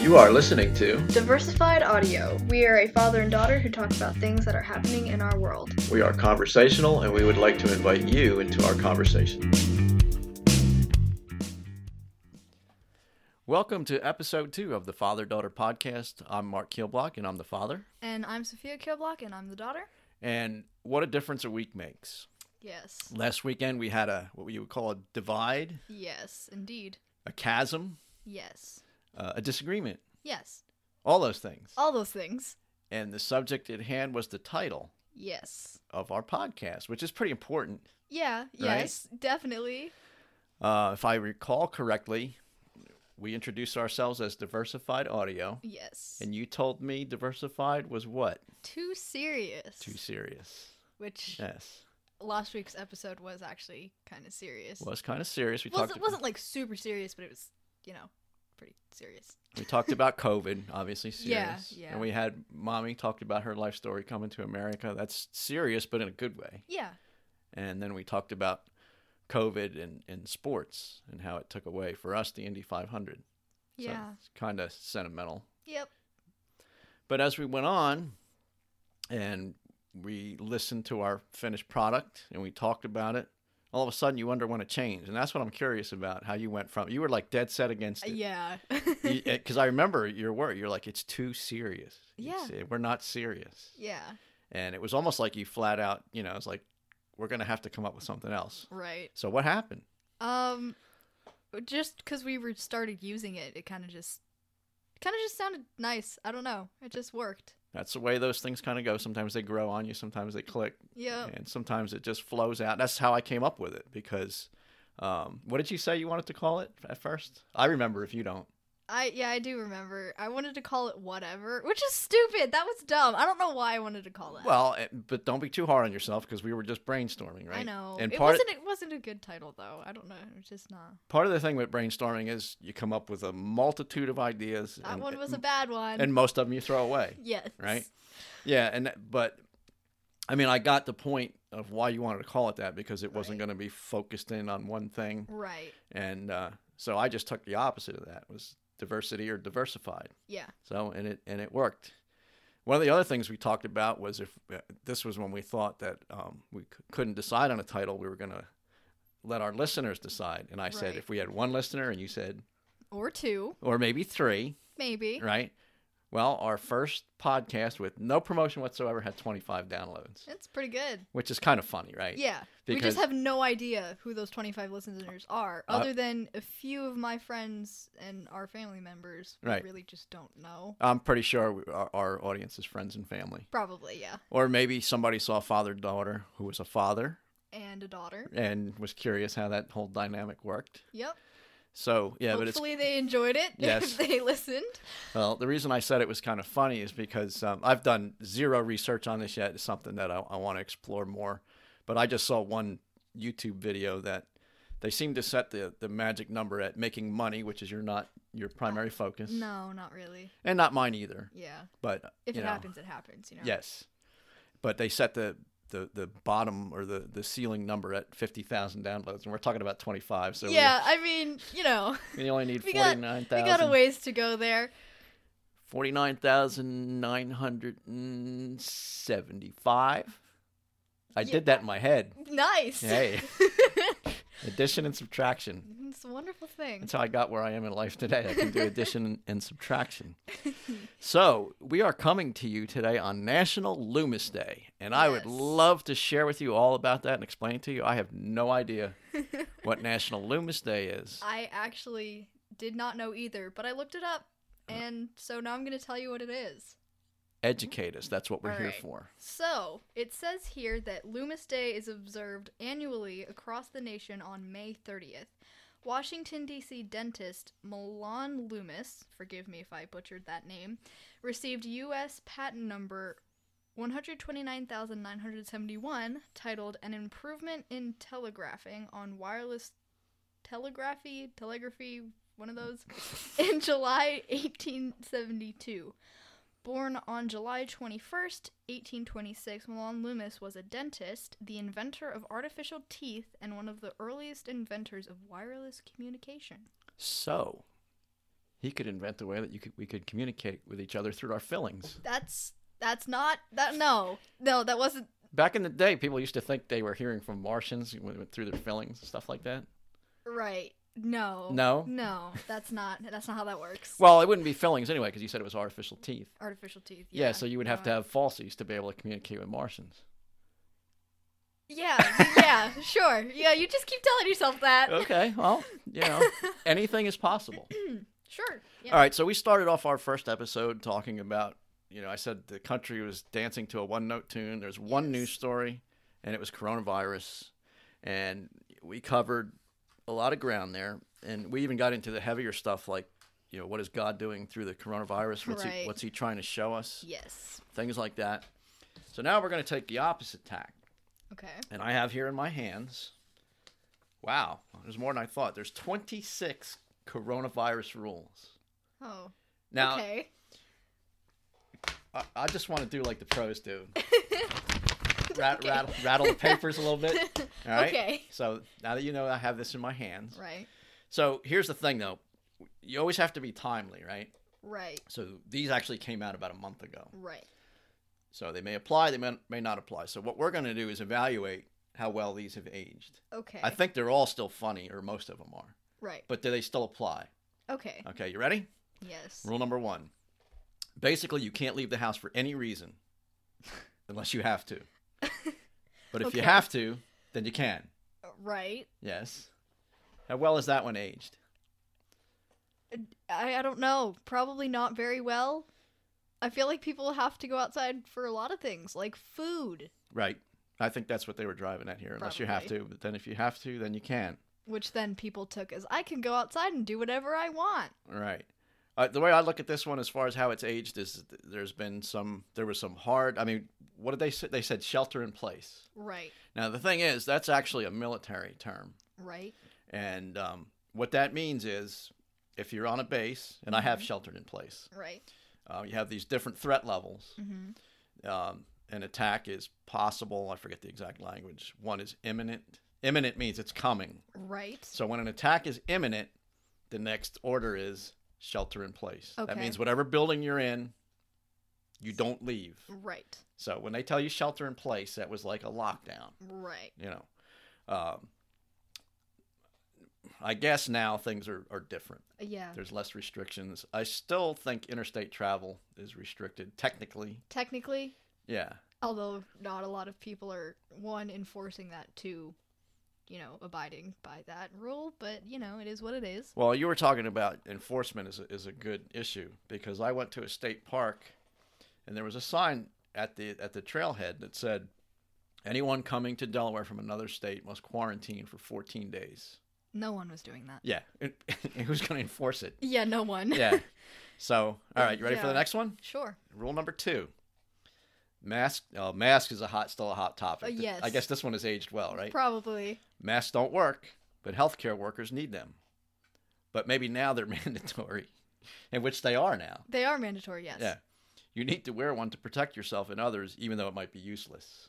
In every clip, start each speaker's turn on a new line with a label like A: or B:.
A: You are listening to
B: Diversified Audio. We are a father and daughter who talk about things that are happening in our world.
A: We Are Conversational, and we would like to invite you into our conversation.
C: Welcome to episode two of the Father Daughter Podcast. I'm Mark Kilblock, and I'm the father.
B: And I'm Sophia Kilblock, and I'm the daughter.
C: And what a difference a week makes.
B: Yes.
C: Last weekend, we had a what we would call a divide,
B: Yes, indeed.
C: a chasm,
B: Yes.
C: uh, a disagreement,
B: Yes.
C: all those things.
B: All those things.
C: And the subject at hand was the title
B: Yes.
C: of our podcast, which is pretty important.
B: Yeah. Yes. Definitely.
C: Uh, if I recall correctly, we introduced ourselves as Diversified Audio,
B: Yes.
C: and you told me Diversified was what?
B: Too serious.
C: Too serious.
B: which
C: Yes.
B: last week's episode was actually kind of serious.
C: Was kind of serious. We
B: Well,
C: talked
B: it wasn't like super serious, but it was, you know, pretty serious.
C: We talked about COVID, obviously
B: Yeah,
C: serious.
B: yeah.
C: And we had mommy talked about her life story coming to America. That's serious, but in a good way.
B: Yeah.
C: And then we talked about COVID and, and sports and how it took away for us the Indy 500.
B: Yeah.
C: So it's kind of sentimental.
B: Yep.
C: But as we went on and we listened to our finished product and we talked about it, all of a sudden you underwent a change. And that's what I'm curious about how you went from you were like dead set against it.
B: Uh, Yeah.
C: because I remember your word. You're like, it's too serious. You
B: Yeah.
C: say, we're not serious.
B: yeah.
C: And it was almost like you flat out, you know, it's like, we're gonna have to come up with something else.
B: Right.
C: So what happened?
B: Um, just because we were started using it, it kind of just, kind of just sounded nice. I don't know. It just worked.
C: That's the way those things kind of go. Sometimes they grow on you. Sometimes they click,
B: Yeah.
C: and sometimes it just flows out. That's how I came up with it because, um, what did you say you wanted to call it at first? I remember if you don't.
B: I yeah I do remember. I wanted to call it whatever, which is stupid. That was dumb. I don't know why I wanted to call it.
C: Well, eh, but don't be too hard on yourself because we were just brainstorming, right?
B: I know
C: And
B: it
C: part
B: wasn't it wasn't a good title though. I don't know. It was just not.
C: part of the thing with brainstorming is you come up with a multitude of ideas.
B: That
C: and- eh,
B: one was a bad one.
C: and most of them you throw away
B: yes.
C: right yeah and that- but i mean i got the point of why you wanted to call it that because it wasn't
B: Right.
C: going to be focused in on one thing
B: Right.
C: and uh, so i just took the opposite of that was diversity or diversified
B: Yeah.
C: so and it and it worked one of the other things we talked about was if uh, this was when we thought that um, we c- couldn't decide on a title we were going to let our listeners decide and i said
B: Right.
C: if we had one listener and you said
B: Or two,
C: or maybe three
B: maybe.
C: right? Well, our first podcast with no promotion whatsoever had 25 downloads,
B: It's pretty good.
C: which is kind of funny, right?
B: Yeah. we
C: Because-
B: just have no idea who those 25 listeners are,
C: Uh,
B: other than a few of my friends and our family members. We
C: Right.
B: really just don't know.
C: I'm pretty sure we, our, our audience is friends and family.
B: Probably, yeah.
C: Or maybe somebody saw father daughter who was a father
B: And a daughter.
C: and was curious how that whole dynamic worked.
B: Yep.
C: So, yeah, but it's
B: Hopefully they enjoyed it.
C: Yes.
B: If they listened.
C: Well, the reason I said it was kind of funny is because um, I've done zero research on this yet. It's something that I, I want to explore more. But I just saw one YouTube video that they seem to set the, the magic number at making money, which is your not your primary focus.
B: No, not really.
C: And not mine either.
B: Yeah.
C: But
B: If
C: you
B: it
C: know,
B: happens, it happens, you know?
C: Yes. But they set the, the, the bottom or the, the ceiling number at 50,000 downloads. And we're talking about 25. So we-
B: yeah, I mean, you know,
C: we only need
B: We got- we we got a
C: 49,000.
B: ways to go there.
C: 49,975. I
B: Yeah.
C: did that in my head.
B: Nice.
C: Hey. Addition and subtraction.
B: it's a wonderful thing.
C: That's how I got where I am in life today. I can do addition and subtraction. So, we are coming to you today on National Loomis Day, and I would
B: Yes.
C: love to share with you all about that and explain to you. I have no idea what National Loomis Day is.
B: I actually did not know either, but I looked it up, and so now I'm going to tell you what it is.
C: Educate us. That's what we're
B: All
C: here
B: right.
C: for.
B: So, it says here that Loomis Day is observed annually across the nation on May 30th. Washington, D.C. dentist Milan Loomis, forgive me if I butchered that name, received U.S. patent number 129,971 titled An Improvement in Telegraphing on Wireless Telegraphy, Telegraphy, one of those, in July 1872. Born on July 21st, 1826, Milan Loomis was a dentist, the inventor of artificial teeth, and one of the earliest inventors of wireless communication.
C: So, He could invent a way that you could, we could communicate with each other through our fillings.
B: That's that's not that no no that wasn't
C: Back in the day, people used to think they were hearing from Martians when they went through their fillings and stuff like that.
B: right. No.
C: No?
B: No, that's not that's not how that works.
C: Well, it wouldn't be fillings anyway because you said it was artificial teeth.
B: Artificial teeth.
C: Yeah,
B: Yeah.
C: so you would have to have falsies to be able to communicate with Martians.
B: Yeah. Yeah. Sure. Yeah. You just keep telling yourself that.
C: Okay, well, you know, anything is possible.
B: Sure. Yeah.
C: All right, so we started off our first episode talking about, you know, I said the country was dancing to a one note tune. There's one news story, and it was coronavirus. And we covered a lot of ground there. And we even got into the heavier stuff like, you know, what is God doing through the coronavirus? What's,
B: Right.
C: he, what's he trying to show us?
B: Yes.
C: Things like that. So now we're going to take the opposite tack.
B: Okay.
C: And I have here in my hands, wow, there's more than I thought. There's 26 coronavirus rules.
B: Oh.
C: Now,
B: okay.
C: I, I just want to do like the pros do. Rat, rattle, rattle the papers a little bit. All right.
B: Okay.
C: So now that you know I have this in my hands.
B: Right.
C: So here's the thing though. You always have to be timely, right?
B: Right.
C: So these actually came out about a month ago.
B: Right.
C: So they may apply, they may, may not apply. So what we're going to do is evaluate how well these have aged.
B: Okay.
C: I think they're all still funny, or most of them are.
B: right.
C: But do they still apply?
B: Okay.
C: Okay, you ready?
B: Yes.
C: Rule number one. Basically, you can't leave the house for any reason unless you have to. But if
B: Okay.
C: you have to, then you can.
B: Uh, Right.
C: Yes. How well is that one aged?
B: I, I don't know. Probably not very well. I feel like people have to go outside for a lot of things, like food,
C: Right. I think that's what they were driving at here. Unless you have
B: Probably.
C: to, but then if you have to, then you can.
B: which then people took as I can go outside and do whatever I want.
C: All right. Uh, the way I look at this one, as far as how it's aged, is th- there's been some. There was some hard. I mean, what did they say? They said shelter in place.
B: Right.
C: Now the thing is, that's actually a military term.
B: Right.
C: And um, what that means is if you're on a base, and I have
B: Mm-hmm.
C: sheltered in place,
B: Right.
C: uh, you have these different threat levels.
B: Mm-hmm.
C: Um, an attack is possible. I forget the exact language. One is imminent. Imminent means it's coming.
B: Right.
C: So when an attack is imminent, the next order is shelter in place. That
B: Okay.
C: means whatever building you're in, you don't leave.
B: Right.
C: So when they tell you shelter in place, that was like a lockdown
B: Right.
C: you know um, i guess now things are, are different
B: Yeah.
C: there's less restrictions i still think interstate travel is restricted technically
B: Technically,
C: yeah
B: although not a lot of people are one enforcing that two, you know, abiding by that rule, but you know, it is what it is.
C: well you were talking about enforcement is a, is a good issue because i went to a state park and there was a sign at the at the trailhead that said anyone coming to delaware from another state must quarantine for 14 days
B: No one was doing that.
C: yeah it, who's going to enforce it
B: Yeah, no one.
C: yeah so all right you ready for the
B: Yeah.
C: next one
B: sure.
C: Rule number two. Mask. Oh, mask is a hot, still a hot topic.
B: Uh,
C: Th-
B: yes.
C: I guess this one is aged well, right?
B: Probably.
C: Masks don't work, but healthcare workers need them. But maybe now they're mandatory, in which they are now.
B: They are mandatory, yes.
C: Yeah. You need to wear one to protect yourself and others, even though it might be useless.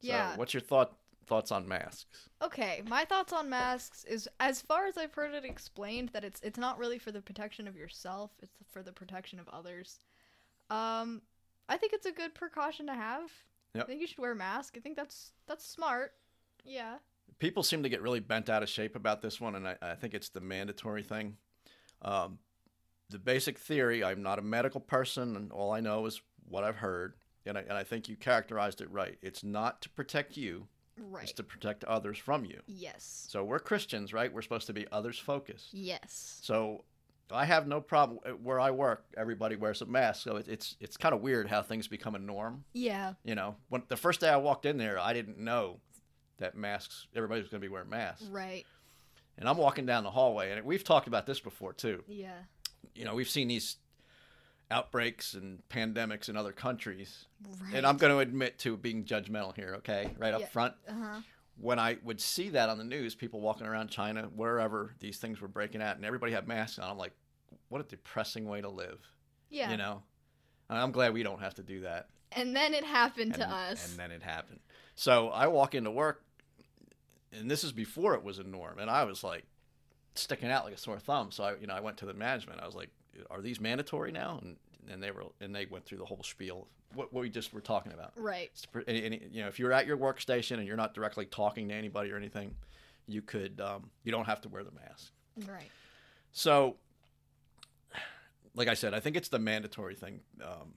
C: So
B: Yeah.
C: What's your thought thoughts on masks?
B: Okay, my thoughts on masks is as far as I've heard it explained that it's it's not really for the protection of yourself, it's for the protection of others. Um I think it's a good precaution to have.
C: Yep.
B: I think you should wear a mask. I think that's that's smart. Yeah.
C: People seem to get really bent out of shape about this one, and I, I think it's the mandatory thing. Um, the basic theory I'm not a medical person, and all I know is what I've heard. And I, and I think you characterized it right. It's not to protect you,
B: Right.
C: it's to protect others from you.
B: Yes.
C: So we're Christians, right? We're supposed to be others focused.
B: Yes.
C: So I have no problem uh, where I work. Everybody wears a mask, so it, it's it's kind of weird how things become a norm.
B: Yeah.
C: You know, when the first day I walked in there, I didn't know that masks. Everybody was going to be wearing masks.
B: Right.
C: And I'm walking down the hallway, and we've talked about this before too.
B: Yeah.
C: You know, we've seen these outbreaks and pandemics in other countries.
B: Right.
C: And I'm going to admit to being judgmental here, okay? Right up
B: Yeah.
C: front.
B: Uh-huh.
C: When I would see that on the news, people walking around China, wherever these things were breaking out, and everybody had masks on, I'm like, what a depressing way to live.
B: Yeah.
C: You know? And I'm glad we don't have to do that.
B: And then it happened
C: and,
B: to us.
C: And then it happened. So I walk into work, and this is before it was a norm, and I was like sticking out like a sore thumb. So I, you know, I went to the management. I was like, are these mandatory now? And and they were and they went through the whole spiel what, what we just were talking about.
B: Right.
C: It's pre- Any, any, you know, if you're at your workstation and you're not directly talking to anybody or anything, you could um, you don't have to wear the mask.
B: Right.
C: So, like I said, I think it's the mandatory thing. Um,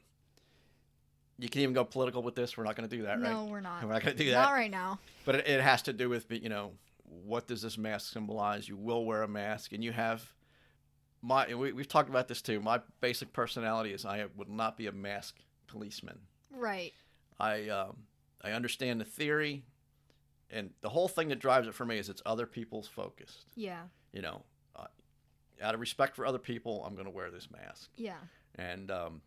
C: you can even go political with this. We're not going to do that,
B: No,
C: right?
B: we're not.
C: We're not going to do that.
B: Not right now.
C: But it, it has to do with you know what does this mask symbolize? You will wear a mask, and you have my. and We, we've talked about this too. My basic personality is I would not be a mask policeman.
B: Right.
C: I um, I understand the theory, and the whole thing that drives it for me is it's other people's focused.
B: Yeah.
C: You know, uh, out of respect for other people, I'm going to wear this mask,
B: Yeah.
C: and um,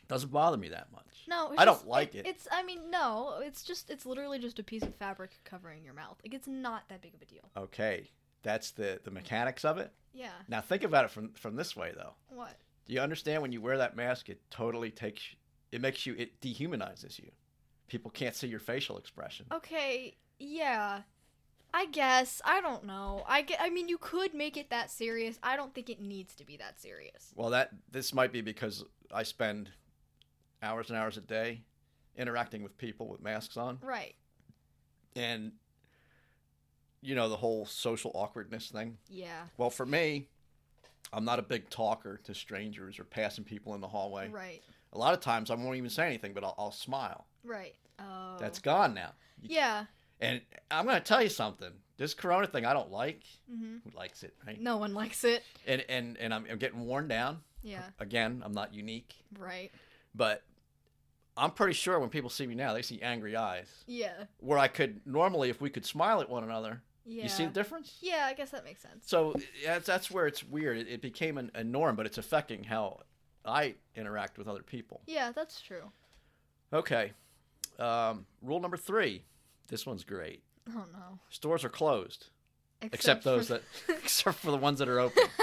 C: it doesn't bother me that much.
B: No. It's
C: I
B: just-
C: don't like it.
B: It's. I mean, no. It's just. It's literally just a piece of fabric covering your mouth. Like it's not that big of a deal.
C: Okay, that's the the mechanics of it.
B: Yeah.
C: Now think about it from from this way though.
B: What?
C: Do you understand when you wear that mask, it totally takes it makes you it dehumanizes you. People can't see your facial expression.
B: Okay. Yeah. I guess. I don't know. I. Ge- I mean, you could make it that serious. I don't think it needs to be that serious.
C: Well, that this might be because I spend hours and hours a day interacting with people with masks on,
B: Right.
C: and you know the whole social awkwardness thing.
B: Yeah.
C: Well, for me, I'm not a big talker to strangers or passing people in the hallway.
B: Right.
C: A lot of times, I won't even say anything, but I'll, I'll smile.
B: Right. Oh.
C: That's gone now. You-
B: Yeah.
C: And I'm gonna tell you something. This Corona thing, I don't like.
B: Mm-hmm.
C: Who likes it, right?
B: No one likes it.
C: And and and I'm, I'm getting worn down.
B: Yeah.
C: Again, I'm not unique.
B: Right.
C: but I'm pretty sure when people see me now, they see angry eyes.
B: Yeah.
C: Where I could normally, if we could smile at one another,
B: Yeah.
C: you see the difference.
B: Yeah, I guess that makes sense.
C: So that's that's where it's weird. It, it became an, a norm, but it's affecting how I interact with other people.
B: Yeah, that's true.
C: Okay, um, rule number three. This one's great.
B: Oh no.
C: Stores are closed except, those
B: for-
C: that, except for the ones that are open.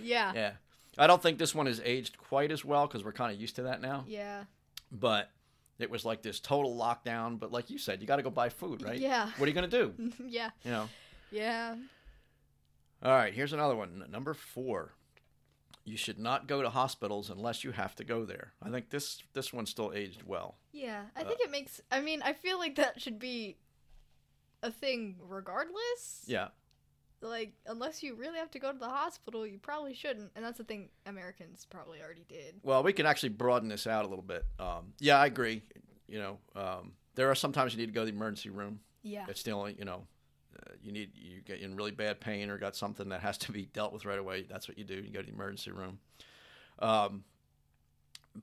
B: Yeah.
C: yeah, I don't think this one has aged quite as well because we're kind of used to that now.
B: Yeah.
C: but it was like this total lockdown. But like you said, you got to go buy food, right?
B: Yeah.
C: What are you gonna do?
B: Yeah.
C: You know.
B: Yeah.
C: All right. Here's another one. N- Number four. You should not go to hospitals unless you have to go there. I think this this one still aged well.
B: Yeah. I
C: Uh,
B: think it makes I mean, I feel like that should be a thing regardless.
C: Yeah.
B: Like unless you really have to go to the hospital, you probably shouldn't. And that's the thing Americans probably already did.
C: Well, we can actually broaden this out a little bit. Um, yeah, I agree. You know, um, there are sometimes you need to go to the emergency room.
B: Yeah.
C: It's the only you know. uh, You need you get in really bad pain or got something that has to be dealt with right away. That's what you do. You go to the emergency room. Um,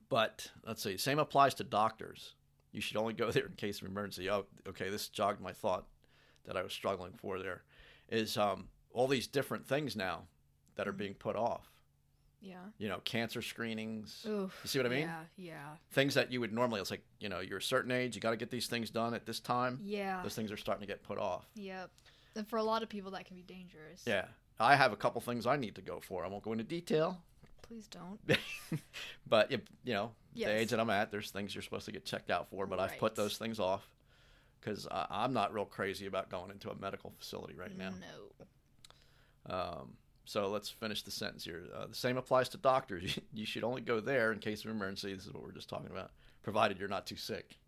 C: but let's see. Same applies to doctors. You should only go there in case of emergency. Oh, okay. This jogged my thought that I was struggling for. There is um, all these different things now that are
B: Mm.
C: being put off.
B: Yeah.
C: You know, cancer screenings,
B: Oof.
C: You see what I mean?
B: Yeah, yeah.
C: things that you would normally. It's like you know, you're a certain age. You got to get these things done at this time.
B: Yeah.
C: Mm-hmm. Those things are starting to get put off.
B: Yep. And for a lot of people that can be dangerous.
C: Yeah. I have a couple things I need to go for. I won't go into detail,
B: Please don't.
C: but if, you know, the
B: Yes.
C: age that I'm at, there's things you're supposed to get checked out for, but I've put
B: Right.
C: those things off because I'm not real crazy about going into a medical facility right now.
B: No. Mm-hmm.
C: Um, so let's finish the sentence here. Uh, the same applies to doctors. you should only go there in case of emergency. This is what we we're just talking about, provided you're not too sick.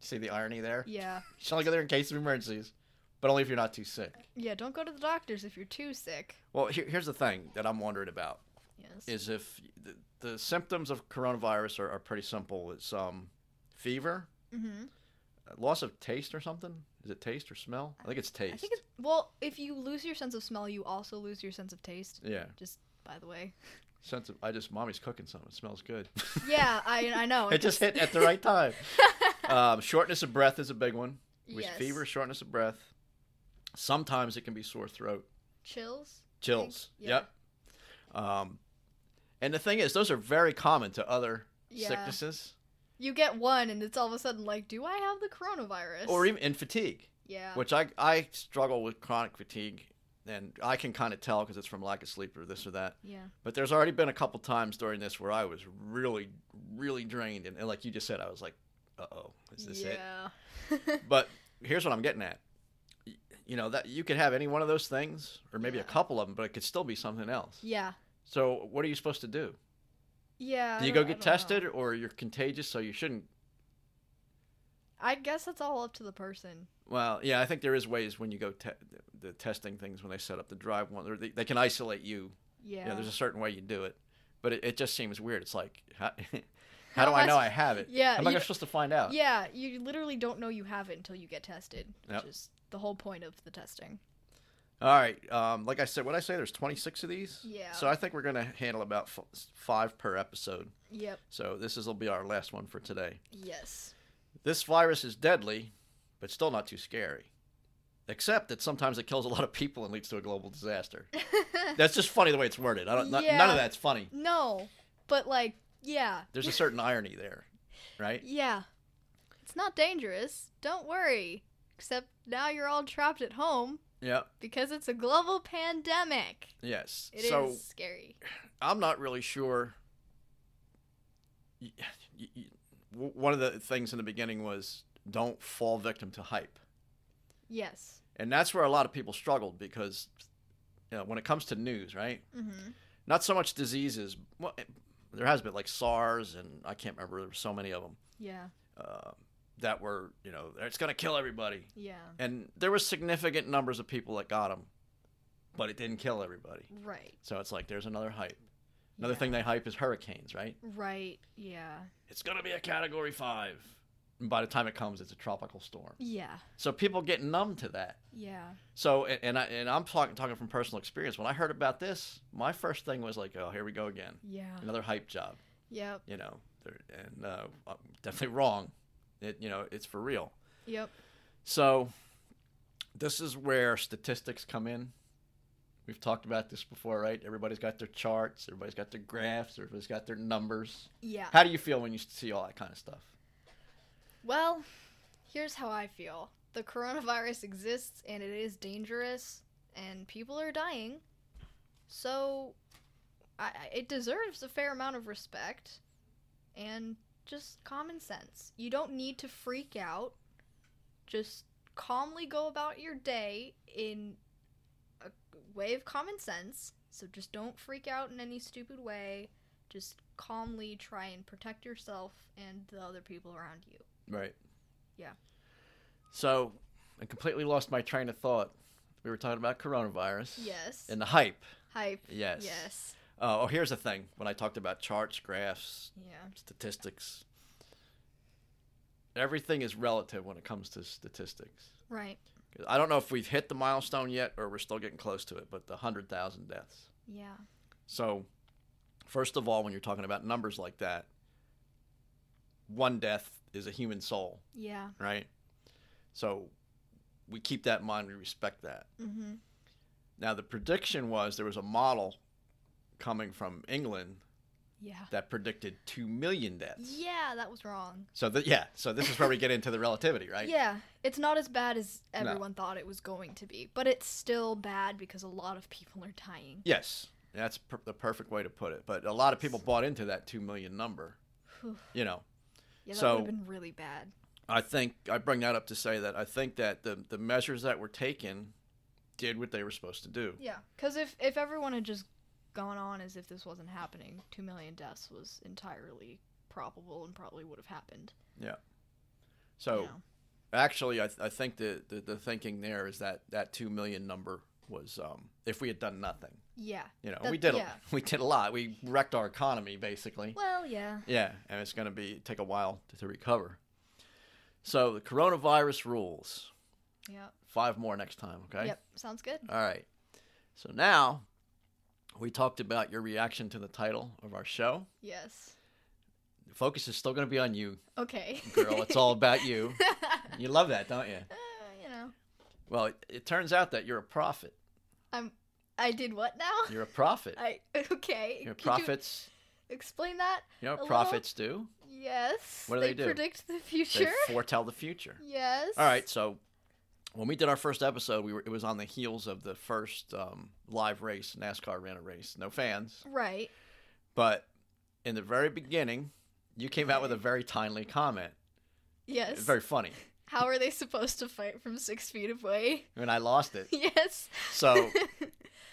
C: See the irony there?
B: Yeah.
C: You should only go there in case of emergencies, but only if you're not too sick.
B: Yeah, don't go to the doctors if you're too sick.
C: Well, here, here's the thing that I'm wondering about.
B: Yes.
C: is if the, the symptoms of coronavirus are, are pretty simple. It's um, fever,
B: mm-hmm.
C: loss of taste or something. Is it taste or smell? I think it's taste.
B: I think it's well, if you lose your sense of smell, you also lose your sense of taste.
C: yeah,
B: Just by the way.
C: sense of I just mommy's cooking something. It smells good.
B: Yeah, I I know.
C: it just hit at the right time. um, shortness of breath is a big one. With
B: Yes.
C: fever, shortness of breath. Sometimes it can be sore throat,
B: Chills.
C: chills.
B: yeah.
C: Yep. Um, and the thing is, those are very common to other
B: Yeah.
C: sicknesses,
B: You get one, and it's all of a sudden like, do I have the coronavirus?
C: or even in fatigue.
B: yeah,
C: which I I struggle with chronic fatigue, and I can kind of tell because it's from lack of sleep or this or that.
B: yeah,
C: But there's already been a couple times during this where I was really really drained, and, and like you just said, I was like, uh oh, is this it?
B: yeah,
C: But here's what I'm getting at. Y- You know that you could have any one of those things, or maybe a
B: Yeah.
C: couple of them, but it could still be something else.
B: yeah,
C: So what are you supposed to do?
B: Yeah. I
C: do you
B: don't-
C: go
B: I
C: get
B: don't know.
C: tested, or you're contagious, so you shouldn't?
B: I guess that's all up to the person.
C: Well, yeah, I think there is ways when you go te- the testing things when they set up the drive one, or they, they can isolate you.
B: Yeah.
C: Yeah. there's a certain way you do it, but it, it just seems weird. It's like, how, how do
B: am
C: I
B: I
C: know
B: sup-
C: I have it?
B: Yeah,
C: how am I
B: you-
C: supposed to find out?
B: yeah, you literally don't know you have it until you get tested, which
C: Yep.
B: is the whole point of the testing.
C: All right. Um, like I said, what I say, there's 26 of these.
B: Yeah.
C: So I think we're gonna handle about f- five per episode.
B: Yep.
C: So this is will be our last one for today.
B: Yes.
C: This virus is deadly, but still not too scary. Except that sometimes it kills a lot of people and leads to a global disaster. That's just funny the way it's worded. I don't. no-
B: Yeah.
C: None of that's funny.
B: No, but like, yeah,
C: There's a certain irony there, right?
B: yeah. It's not dangerous. Don't worry. Except now you're all trapped at home
C: Yeah.
B: because it's a global pandemic.
C: Yes.
B: It is
C: so
B: scary.
C: I'm not really sure. Y- y- y- w- One of the things in the beginning was don't fall victim to hype.
B: Yes.
C: And that's where a lot of people struggled because you know, when it comes to news, right?
B: Mm-hmm.
C: Not so much diseases. Well, eh, there has been like SARS, and I can't remember. There were so many of them
B: Yeah.
C: uh, that were, you know, it's going to kill everybody.
B: Yeah.
C: And there were significant numbers of people that got them, but it didn't kill everybody.
B: Right.
C: So it's like there's another hype. Another
B: yeah.
C: thing they hype is hurricanes, right?
B: Right. Yeah.
C: It's going to be a category five. And by the time it comes, it's a tropical storm.
B: Yeah.
C: So people get numb to that.
B: Yeah.
C: So and, and I and I'm talking talking from personal experience. When I heard about this, my first thing was like, oh, here we go again,
B: Yeah.
C: another hype job.
B: Yep.
C: You know, There- and uh, I'm definitely wrong. It you know it's for real.
B: Yep.
C: So this is where statistics come in. We've talked about this before, right? Everybody's got their charts, everybody's got their graphs, everybody's got their numbers.
B: Yeah.
C: How do you feel when you see all that kind of stuff?
B: Well, here's how I feel the coronavirus exists and it is dangerous, and people are dying. So, I, I- it deserves a fair amount of respect and just common sense. You don't need to freak out. Just calmly go about your day in a way of common sense. So, just don't freak out in any stupid way. Just calmly try and protect yourself and the other people around you.
C: Right.
B: Yeah.
C: So I completely lost my train of thought. We were talking about coronavirus.
B: Yes.
C: And the hype.
B: Hype.
C: Yes.
B: Yes.
C: Uh, oh, here's the thing. When I talked about charts, graphs,
B: Yeah.
C: statistics, everything is relative when it comes to statistics.
B: Right.
C: 'Cause I don't know if we've hit the milestone yet or we're still getting close to it, but the 100,000 deaths.
B: Yeah.
C: So, first of all, when you're talking about numbers like that, one death is a human soul.
B: Yeah.
C: right? So we keep that in mind. We respect that.
B: Mm-hmm.
C: Now, the prediction was there was a model coming from England
B: Yeah.
C: that predicted 2 million deaths.
B: Yeah, that was wrong.
C: So, that yeah, so this is where we get into the relativity, right?
B: Yeah, it's not as bad as
C: No.
B: everyone thought it was going to be, but it's still bad because a lot of people are dying.
C: Yes. That's per- the perfect way to put it. But a lot of people bought into that 2 million number,
B: Whew.
C: you know.
B: Yeah, that
C: So-
B: would have been really bad.
C: I think I bring that up to say that I think that the, the measures that were taken did what they were supposed to do.
B: Yeah, because if if everyone had just gone on as if this wasn't happening, two million deaths was entirely probable and probably would have happened.
C: So Oh.
B: Yeah.
C: Actually, I, th- I think the, the, the thinking there is that that two million number was um, if we had done nothing,
B: Yeah.
C: you know,
B: That-
C: we did
B: yeah.
C: a, we did a lot. We wrecked our economy basically.
B: Well, yeah.
C: Yeah, and it's going to be take a while to, to recover. So the coronavirus rules.
B: Yep.
C: Five more next time, okay?
B: Yep. Sounds good.
C: All right. So now we talked about your reaction to the title of our show.
B: Yes.
C: The focus is still going to be on you,
B: Okay.
C: girl. it's all about you. You love that, don't you?
B: Uh, you know,
C: Well, it, it turns out that you're a prophet.
B: I did what now?
C: You're a prophet.
B: I okay.
C: You know,
B: could
C: prophets,
B: You explain that?
C: you know,
B: a
C: what prophets do.
B: Yes.
C: What do they do?
B: predict the
C: They
B: future.
C: foretell the future.
B: yes.
C: All right, so when we did our first episode, we were it was on the heels of the first um, live race. NASCAR ran a race, no fans,
B: Right.
C: but in the very beginning, you came out with a very timely comment.
B: Yes.
C: Very funny,
B: How are they supposed to fight from six feet away?
C: and I lost it.
B: yes.
C: So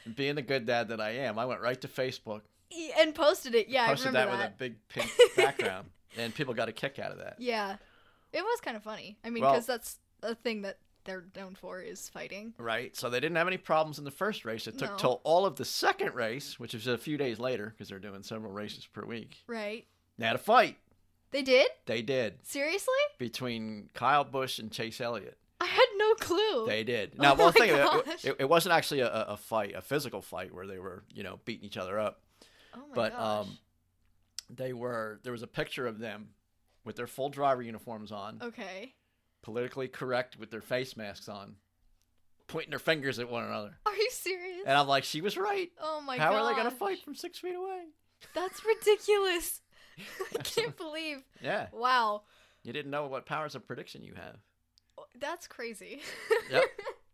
C: And being the good dad that I am, I went right to Facebook,
B: E- And posted it. Yeah,
C: posted
B: I
C: that,
B: remember
C: with
B: that.
C: a big pink background, and people got a kick out of that.
B: Yeah, it was kind of funny. I mean,
C: Well-
B: because that's a thing that they're known for is fighting.
C: Right? So they didn't have any problems in the first race. It took
B: No.
C: till all of the second race, which was a few days later because they're doing several races per week.
B: Right?
C: They had a fight.
B: They did?
C: They did
B: Seriously?
C: between Kyle Bush and Chase Elliott.
B: I had no clue.
C: They did.
B: Oh
C: Now, one
B: my
C: thing, uh, it-
B: gosh.
C: it, it wasn't actually a, a fight, a physical fight where they were, you know, beating each other up.
B: oh my
C: but,
B: gosh.
C: um, They were. There was a picture of them with their full driver uniforms on,
B: okay.
C: politically correct with their face masks on, pointing their fingers at one another.
B: Are you serious?
C: And I'm like, she was right.
B: oh my
C: How
B: gosh.
C: are they gonna fight from six feet away?
B: That's ridiculous. I can't believe.
C: Yeah,
B: Wow.
C: you didn't know what powers of prediction you have.
B: That's crazy.
C: Yep.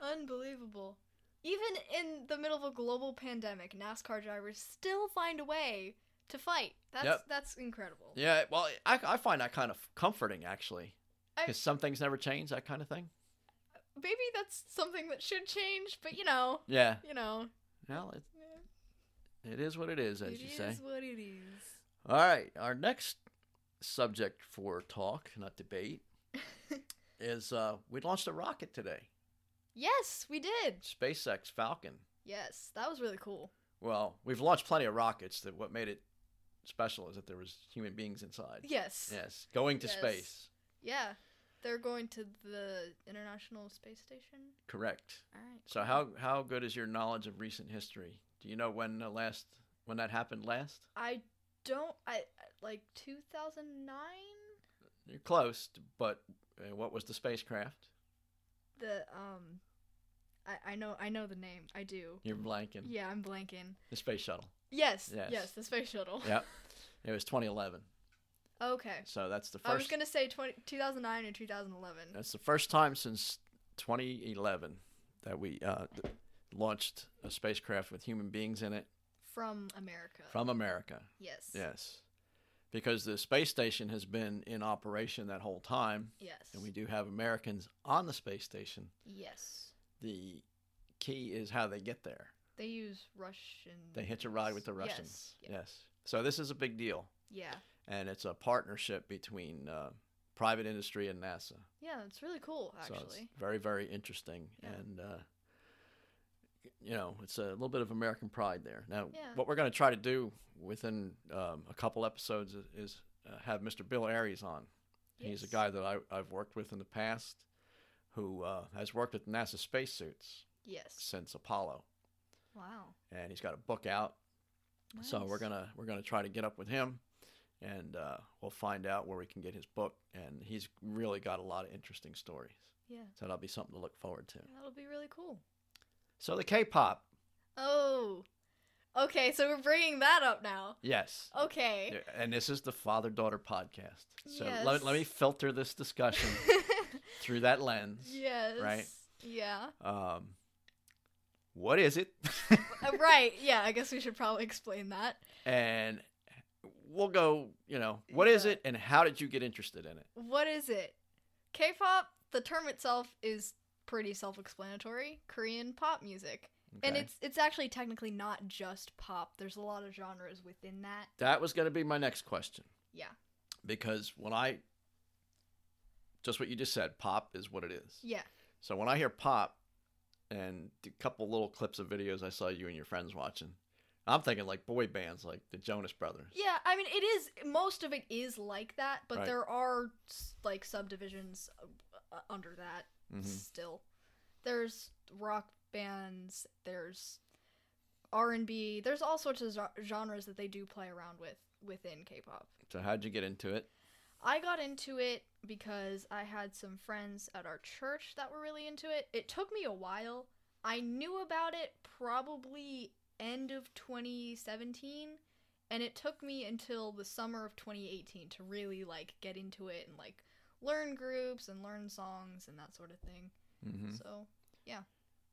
B: Unbelievable. Even in the middle of a global pandemic, NASCAR drivers still find a way to fight. That's
C: Yep.
B: that's incredible.
C: Yeah, well, I, I find that kind of comforting actually,
B: I-
C: because some things never change. That kind of thing.
B: Maybe that's something that should change, but you know,
C: Yeah.
B: you know,
C: Well, it,
B: eh,
C: it is what it is, as
B: it
C: you
B: is
C: say.
B: what it is.
C: All right, our next subject for talk, not debate, is uh, we launched a rocket today,
B: Yes, we did.
C: SpaceX Falcon.
B: Yes, that was really cool.
C: Well, we've launched plenty of rockets. That what made it special is that there was human beings inside.
B: Yes.
C: Yes, going to
B: Yes.
C: space.
B: Yeah. They're going to the International Space Station.
C: Correct.
B: All right.
C: So how how good is your knowledge of recent history? Do you know when the last when that happened last?
B: I don't I like 2009
C: You're close, but uh, what was the spacecraft?
B: the um I I know I know the name. I do.
C: You're blanking.
B: Mm. Yeah, I'm blanking.
C: The space shuttle.
B: Yes.
C: Yes.
B: Yes, the space shuttle.
C: Yep. It was 2011.
B: Okay.
C: So that's the first.
B: I was going to say 20, 2009 and 2011.
C: That's the first time since 2011 that we uh, th- launched a spacecraft with human beings in it
B: From America.
C: from America.
B: yes.
C: Yes. Because the space station has been in operation that whole time,
B: Yes.
C: and we do have Americans on the space station.
B: yes.
C: The key is how they get there.
B: They use Russian.
C: They hitch a ride with the Russians.
B: Yes. Yeah.
C: yes. So this is a big deal,
B: Yeah.
C: and it's a partnership between uh, private industry and NASA.
B: Yeah, it's really cool
C: So it's
B: actually.
C: very, very interesting.
B: Yeah.
C: And, uh, you know, it's a little bit of American pride there. Now,
B: Yeah.
C: what we're going to try to do within um, a couple episodes is, is uh, have Mr. Bill Aries on. He's a
B: Yes.
C: guy that I, I've worked with in the past who uh, has worked with NASA spacesuits
B: Yes.
C: since Apollo.
B: Wow.
C: And he's got a book out. So we're
B: Nice.
C: gonna we're gonna try to get up with him, and uh, we'll find out where we can get his book. And he's really got a lot of interesting stories,
B: Yeah.
C: so that'll be something to look forward to.
B: That'll be really cool.
C: So the K-pop,
B: Oh. Okay, so we're bringing that up now.
C: yes.
B: Okay.
C: Yeah, And this is the father daughter podcast. So let, let me
B: Yes.
C: filter this discussion through that lens.
B: yes.
C: Right.
B: Yeah.
C: Um, what is it?
B: Uh, right. Yeah, I guess we should probably explain that.
C: and we'll go, you know, what is
B: Yeah.
C: it and how did you get interested in it?
B: What is it? K pop, the term itself is pretty self explanatory Korean pop music. And
C: Okay.
B: it's it's actually technically not just pop. There's a lot of genres within that.
C: that was going to be my next question.
B: Yeah.
C: because when I just what you just said, pop is what it is.
B: Yeah.
C: So when I hear pop and the couple little clips of videos I saw you and your friends watching, I'm thinking like boy bands like the Jonas Brothers.
B: Yeah, I mean it is most of it is like that, but
C: Right.
B: there are s- like subdivisions uh, uh, under that.
C: Mhm.
B: still. There's rock bands, there's R&B, there's all sorts of zo- genres that they do play around with within K-pop.
C: So how'd you get into it?
B: I got into it because I had some friends at our church that were really into it. It took me a while. I knew about it probably end of 2017 and it took me until the summer of 2018 to really like get into it and like learn groups and learn songs and that sort of thing.
C: hmm
B: So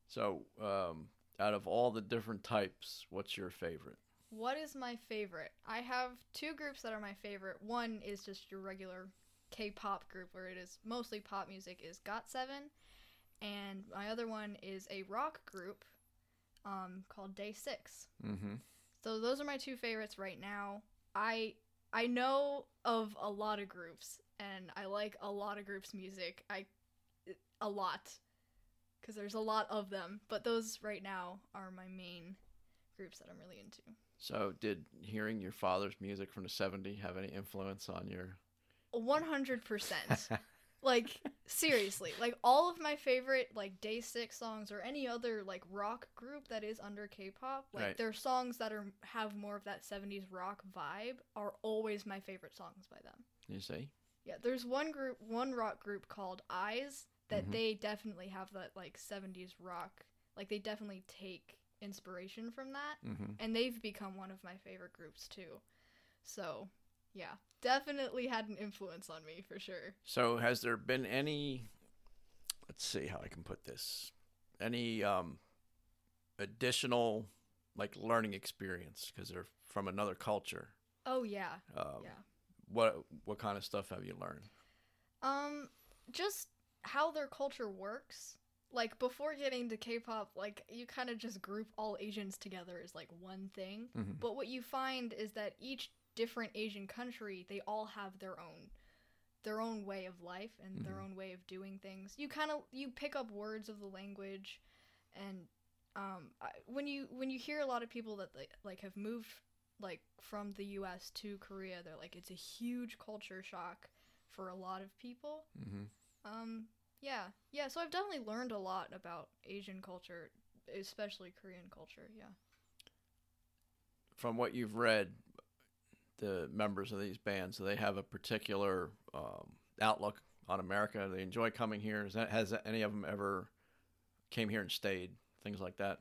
C: So um, out of all the different types, what's your favorite?
B: What is my favorite? I have two groups that are my favorite. One is just your regular K-pop group where it is mostly pop music is Got7 and my other one is a rock group um, called Day Six.
C: Mm-hmm.
B: So those are my two favorites right now. I I know of a lot of groups and I like a lot of groups music. I a lot cuz there's a lot of them, but those right now are my main groups that I'm really into.
C: So, did hearing your father's music from the 70s have any influence on your?
B: 100%. like seriously, like all of my favorite like Day 6 songs or any other like rock group that is under K-pop, like
C: Right.
B: their songs that are have more of that 70s rock vibe are always my favorite songs by them.
C: you see,
B: Yeah, there's one group, one rock group called Eyes that
C: Mhm.
B: they definitely have that like 70s rock. Like they definitely take inspiration from that
C: mm-hmm.
B: and they've become one of my favorite groups too. So, yeah, definitely had an influence on me for sure.
C: So, has there been any, let's see how I can put this, any um, additional like learning experience because they're from another culture?
B: Oh yeah.
C: Um,
B: Yeah.
C: What what kind of stuff have you learned?
B: Um just how their culture works. Like before getting to K-pop, like you kind of just group all Asians together as like one thing.
C: Mhm.
B: But what you find is that each different Asian country, they all have their own their own way of life and their own way of doing things. You kind of you pick up words of the language and um I, when you when you hear a lot of people that like, like have moved like from the US to Korea, they're like it's a huge culture shock for a lot of people.
C: Mm-hmm.
B: Um yeah. Yeah, so I've definitely learned a lot about Asian culture, especially Korean culture. Yeah.
C: From what you've read, the members of these bands do they have a particular um, outlook on America? Do they enjoy coming here? Is that, has any of them ever came here and stayed? Things like that.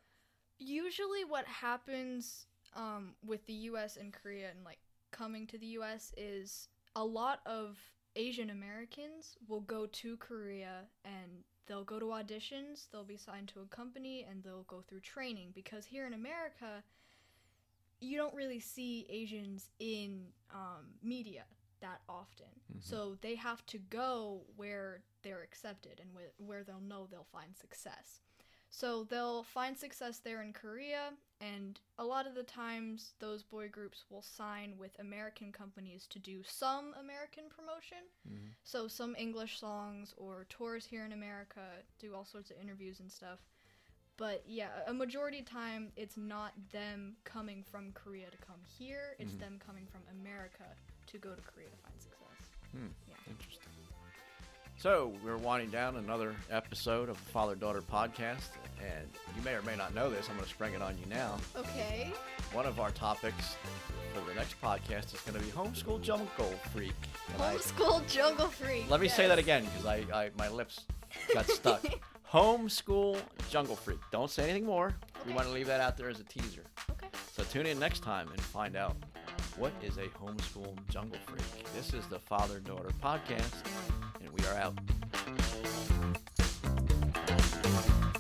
B: usually what happens um, with the US and Korea and like coming to the US is a lot of Asian Americans will go to Korea and they'll go to auditions, they'll be signed to a company, and they'll go through training because here in America, you don't really see Asians in um, media that often.
C: Mhm.
B: So they have to go where they're accepted and wh- where they'll know they'll find success. So they'll find success there in Korea, and a lot of the times those boy groups will sign with American companies to do some American promotion.
C: Mhm.
B: So some English songs or tours here in America, do all sorts of interviews and stuff. But yeah, a majority of time it's not them coming from Korea to come here,
C: Mm-hmm.
B: it's them coming from America to go to Korea to find success.
C: Hmm.
B: Yeah.
C: Interesting. So we're winding down another episode of the Father Daughter Podcast, and you may or may not know this. I'm going to spring it on you now.
B: Okay.
C: One of our topics for the next podcast is going to be homeschool jungle freak. And I-
B: Homeschool jungle free.
C: let me say that again because I, I my lips got stuck. homeschool jungle freak. Don't say anything more. We
B: Okay.
C: want to leave that out there as a teaser.
B: Okay.
C: So tune in next time and find out what is a homeschool jungle freak. This is the Father Daughter Podcast, and we are out.